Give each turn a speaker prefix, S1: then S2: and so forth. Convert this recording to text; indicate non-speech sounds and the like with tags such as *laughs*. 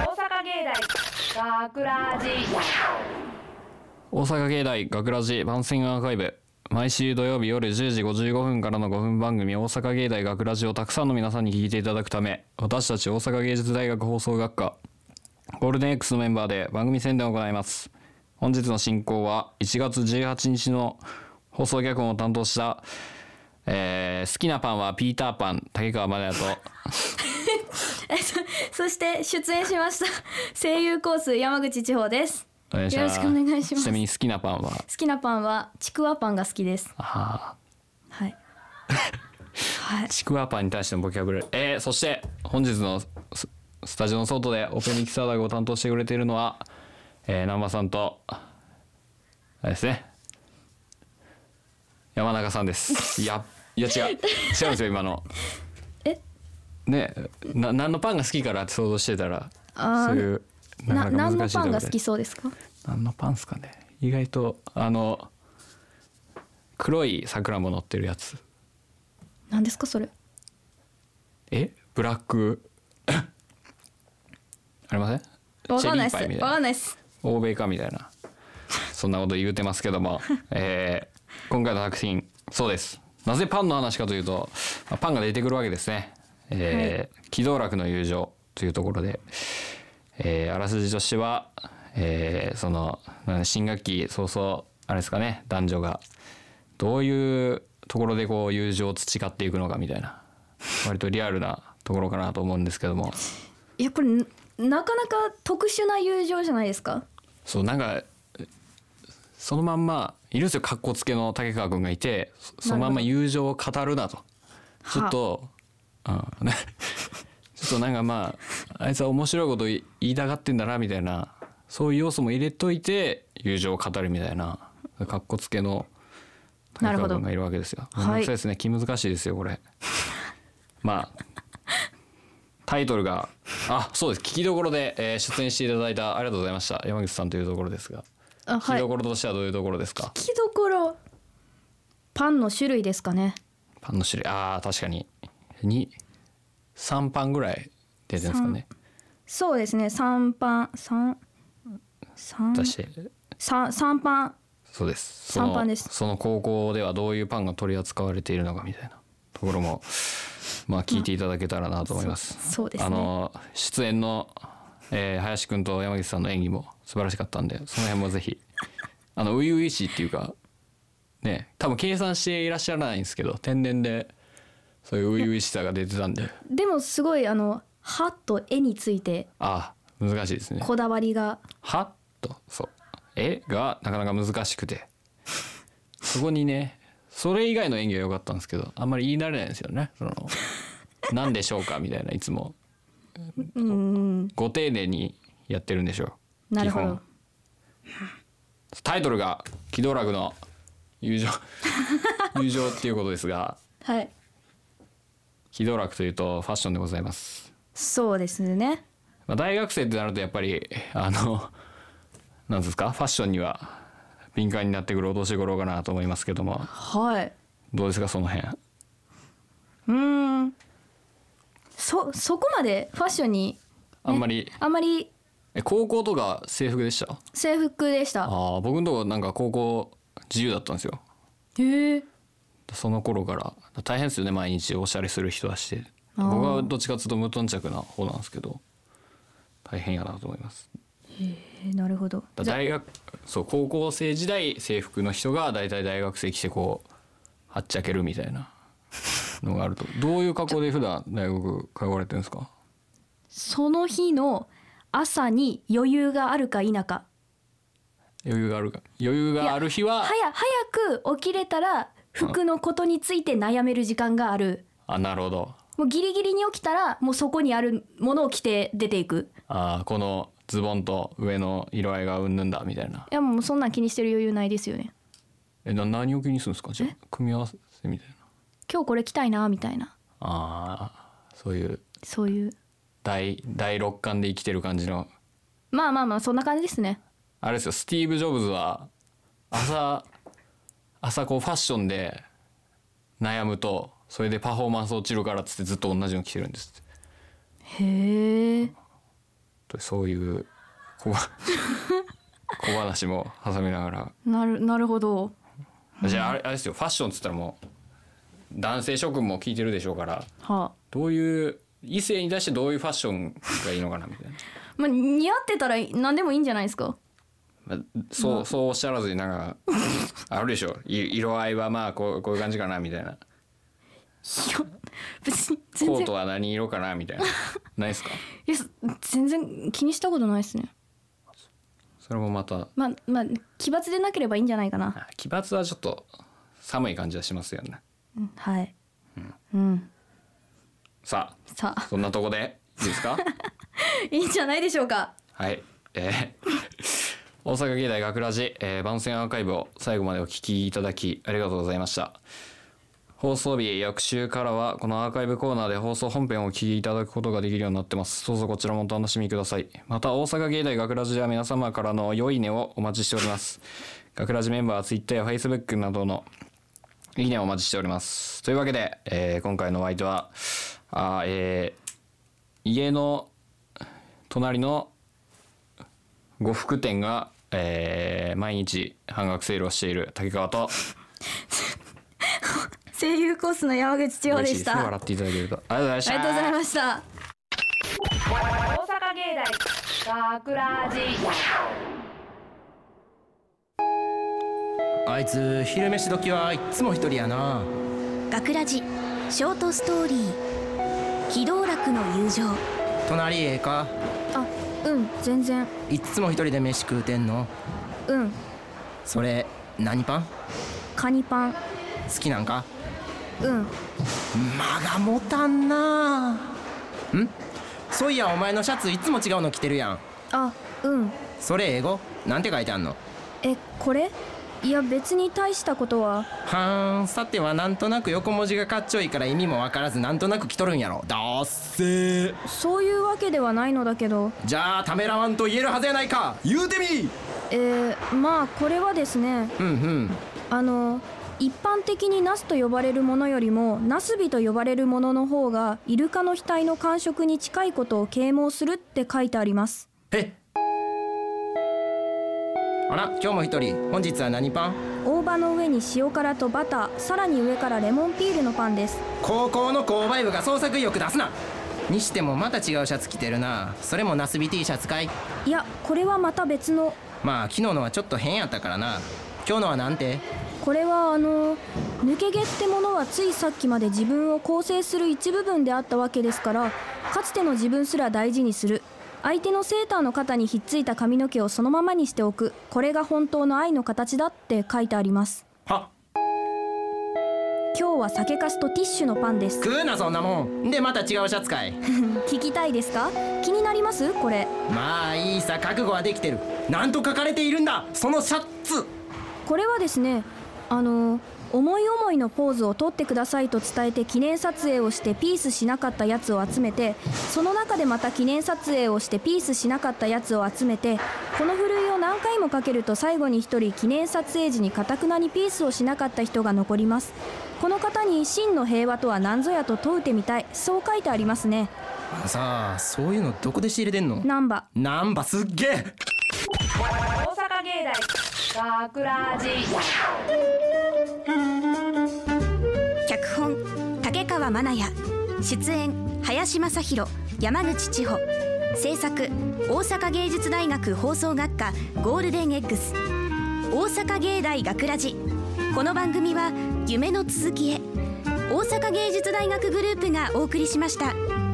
S1: 大学ラジ
S2: 大阪芸大学ラジ番宣アーカイブ毎週土曜日夜10時55分からの5分番組「大阪芸大学ラジをたくさんの皆さんに聞いていただくため私たち大阪芸術大学放送学科ゴールデン X のメンバーで番組宣伝を行います本日の進行は1月18日の放送脚本を担当した、えー好きなパンはピーターパン竹川までと
S3: そして出演しました *laughs* 声優コース山口千穂です。
S2: お願いします
S3: よろしくお願いします
S2: ちなみに好きなパンは
S3: 好きなパンはちくわパンが好きです。
S2: あ
S3: はい。はい
S2: ー。ちくわパンに対してのボキャブラリーえーそして本日のススタジオの外でオペミキサーダグを担当してくれているのは、えー、南波さんとあれですね山中さんですいやいや違う違うんですよ今の
S3: え
S2: ねな何のパンが好きからって想像してたら
S3: あー
S2: そういうな
S3: な
S2: かなか
S3: 何
S2: 難
S3: の
S2: しいと
S3: パ
S2: ころ
S3: ンが
S2: で
S3: 好きそうですか？
S2: 何のパンですかね意外とあの黒い桜も乗ってるやつ
S3: 何ですかそれ？
S2: えブラック *coughs* ありません
S3: わかんないで
S2: チ
S3: す。
S2: ェリーパイみた
S3: わ
S2: い
S3: か
S2: なん
S3: ないです。
S2: 欧米かみたいなそんなこと言うてますけども、えー今回の作品そうですなぜパンの話かというとまあパンが出てくるわけですね「えー喜道楽の友情」というところで、えーあらすじとしては、えーそのなんだ新学期早々あれですかね男女がどういうところでこう友情を培っていくのかみたいな割とリアルなところかなと思うんですけども。
S3: いやこれななかなか特殊な友情じゃないですか？
S2: そうなんかえそのまんまいるんですよかっこつけの竹川君がいてそそのまんま
S3: なる
S2: 友情を語るなとち
S3: は
S2: ょっと、うん、 *laughs* ちょっとなんかまああいつは面白いこと言い言いたがってんだなみたいなそういう要素も入れといて友情を語るみたいなかっこつけの
S3: な
S2: 竹
S3: る
S2: 川
S3: ほど
S2: 君がいるわけですよ。
S3: はい
S2: めんどくさいですね気難しいですよこれ。まあタイトルがあそうです聞きどころで、えー出演していただいたありがとうございました山口さんというところですが、
S3: あ
S2: 聞
S3: は
S2: き
S3: い。
S2: ど
S3: 聞
S2: ころとしてはどういうところですか
S3: きどころパンの種類ですかね。
S2: パンの種類あー確かにに3パンぐらい出てるんですかね
S3: そうですね。三パン三三
S2: 出して
S3: 三三パン
S2: そうですその
S3: 三パンです
S2: その高校ではどういうパンが取り扱われているのかみたいなところ
S3: *laughs*
S2: もまあ聞いていただけたらなと思います、
S3: そそうですね
S2: あの出演の、えー林くんと山口さんの演技も素晴らしかったんでその辺もぜひあの初々しいっていうかね多分計算していらっしゃらないんですけど天然でそういう初々しさが出てたんで
S3: でもすごいあの歯と絵について
S2: ああ難しいですね
S3: こだわりが
S2: はっとそう絵がなかなか難しくてそこにねそれ以外の演技は良かったんですけどあんまり言い慣れないんですよねその「何でしょうか?」みたいないつも
S3: うん
S2: ご丁寧にやってるんでしょう
S3: なるほ
S2: 基
S3: ど
S2: 本タイトルが「喜怒楽の友情」 *laughs* 友情っていうことですが
S3: はい
S2: 喜怒楽というとファッションでございます
S3: そうですね
S2: まあ、大学生ってなるとやっぱりあのなんですかファッションには敏感になってくるお年頃かなと思いますけども
S3: はい
S2: どうですかその辺
S3: うんそそこまでファッションに
S2: あんまり
S3: あまり
S2: え高校とか制服でした
S3: 制服でした
S2: ああ僕のとこなんか高校自由だったんですよ
S3: へえ
S2: その頃から大変ですよね毎日おしゃれする人はして
S3: あー
S2: 僕はどっちかっていうと無頓着な方なんですけど大変やなと思います
S3: なるほど
S2: だ
S3: じゃ
S2: 大学そう高校生時代制服の人が大体大学生来てこうはっちゃけるみたいなのがある
S3: *laughs*
S2: とどういう格好で普段大学通われてるんですか
S3: その日の朝に余裕があるか否か
S2: 余裕があるか余裕がある日は
S3: 早早く起きれたら服のことについて悩める時間がある
S2: あなるほど
S3: もうギリギリに起きたらもうそこにあるものを着て出ていく
S2: あーこのズボンと上の色合いがうんぬんだみたいない
S3: やもうそんなん気にしてる余裕ないですよね
S2: えな何を気にするんですかじゃあ組み合わせみたいな
S3: 今日これ着たいなみたいな
S2: あーそういう
S3: そういう
S2: 第第六感で生きてる感じの
S3: まあまあまあそんな感じですね
S2: あれですよスティーブ・ジョブズは朝朝こうファッションで悩むとそれでパフォーマンス落ちるからっつってずっと同じの着てるんですっ
S3: へえ
S2: てそういう小ば小話も挟みながら
S4: なるなるほど
S2: じゃああれあれですよファッションっつったらもう男性諸君も聞いてるでしょうから
S4: は
S2: どういう異性に対してどういうファッションがいいのかなみたいな、
S4: あまあ似合ってたら何でもいいんじゃないですか
S2: まあ、そうそうおっしゃらずになんかあるでしょい色合いはまあこうこういう感じかなみたいない
S4: や別に全
S2: コー
S4: 然
S2: トは何色かなみた
S4: *laughs*
S2: いなないですか
S4: いやそ全然気にしたことないですね
S2: それもまた
S4: まあまあ奇抜でなければいいんじゃないかな
S2: あ奇抜はちょっと寒い感じはしますよね
S4: うんはいうん
S2: さ
S4: さ
S2: あ
S4: あ
S2: そんなとこでいいですか
S4: いいんじゃないでしょうか
S2: はいえー *laughs* 大阪芸大学ラジ、えー番宣アーカイブを最後までお聞きいただきありがとうございました放送日翌週からはこのアーカイブコーナーで放送本編をお聞きいただくことができるようになってますどうぞこちらもお楽しみくださいまた大阪芸大学ラジでは皆様からの良いねをお待ちしております *laughs* 学ラジメンバーは Twitter や Facebook などのいいねをお待ちしておりますというわけで、えー今回のお相手はあーえー家の隣の呉服店が、えー毎日半額セールをしている竹川と
S4: 声優コースの山口千穂で
S2: 嬉い
S4: し
S2: ですね
S4: たあ
S2: 笑っていただけるとありがとうございまし
S4: り
S2: た
S4: がとうございました
S1: 大阪芸大学ラジ
S5: あいつ昼飯時はいっつも一人やな
S3: 学ラジショートストーリー「喜道楽の友情
S5: 隣ええか
S3: あうん全然
S5: いっつも一人で飯食うてんの
S3: うん
S5: それ何パン
S3: カニパン
S5: 好きなんか
S3: うん
S5: 間が持たんなんそういやお前のシャツいっつも違うの着てるやん
S3: あうん
S5: それ英語なんて書いてあんの
S3: えこれいや別に大したことは
S5: はーんさてはなんとなく横文字がかっちょいいから意味もわからずなんとなく着とるんやろだっせー
S3: そういうわけではないのだけど
S5: じゃあためらわんと言えるはずやないか言うてみ
S3: えー、まあこれはですね
S5: うんうん
S3: あの一般的にナスと呼ばれるものよりもナスビと呼ばれるものの方がイルカの額の感触に近いことを啓蒙するって書いてあります
S5: えあら今日も一人本日は何パン
S3: 大葉の上に塩辛とバターさらに上からレモンピールのパンです
S5: 高校の購買部が創作意欲出すなにしてもまた違うシャツ着てるなそれもナスビ T シャツかい
S3: いやこれはまた別の
S5: まあ昨日のはちょっと変やったからな今日のはなんて
S3: これはあの抜け毛ってものはついさっきまで自分を構成する一部分であったわけですからかつての自分すら大事にする相手のセーターの肩にひっついた髪の毛をそのままにしておくこれが本当の愛の形だって書いてあります
S5: は
S3: 今日は酒粕とティッシュのパンです
S5: 食うなそんなもんでまた違うシャツかい
S3: 聞きたいですか気になりますこれ
S5: まあいいさ覚悟はできてるなんと書かれているんだそのシャツ
S3: これはですねあの思い思いのポーズを取ってくださいと伝えて記念撮影をしてピースしなかったやつを集めてその中でまた記念撮影をしてピースしなかったやつを集めてこのふるいを何回もかけると最後に1人記念撮影時にかたくなにピースをしなかった人が残りますこの方に真の平和とは何ぞやと問うてみたいそう書いてありますね
S5: さあそういうのどこで仕入れてんの
S3: 難波
S5: なんばすっげえ
S1: 大阪芸大学ラジ
S6: 脚本竹川真奈也出演林正宏山口千穂制作大阪芸術大学放送学科ゴールデン X 大阪芸大学ラジこの番組は夢の続きへ大阪芸術大学グループがお送りしました。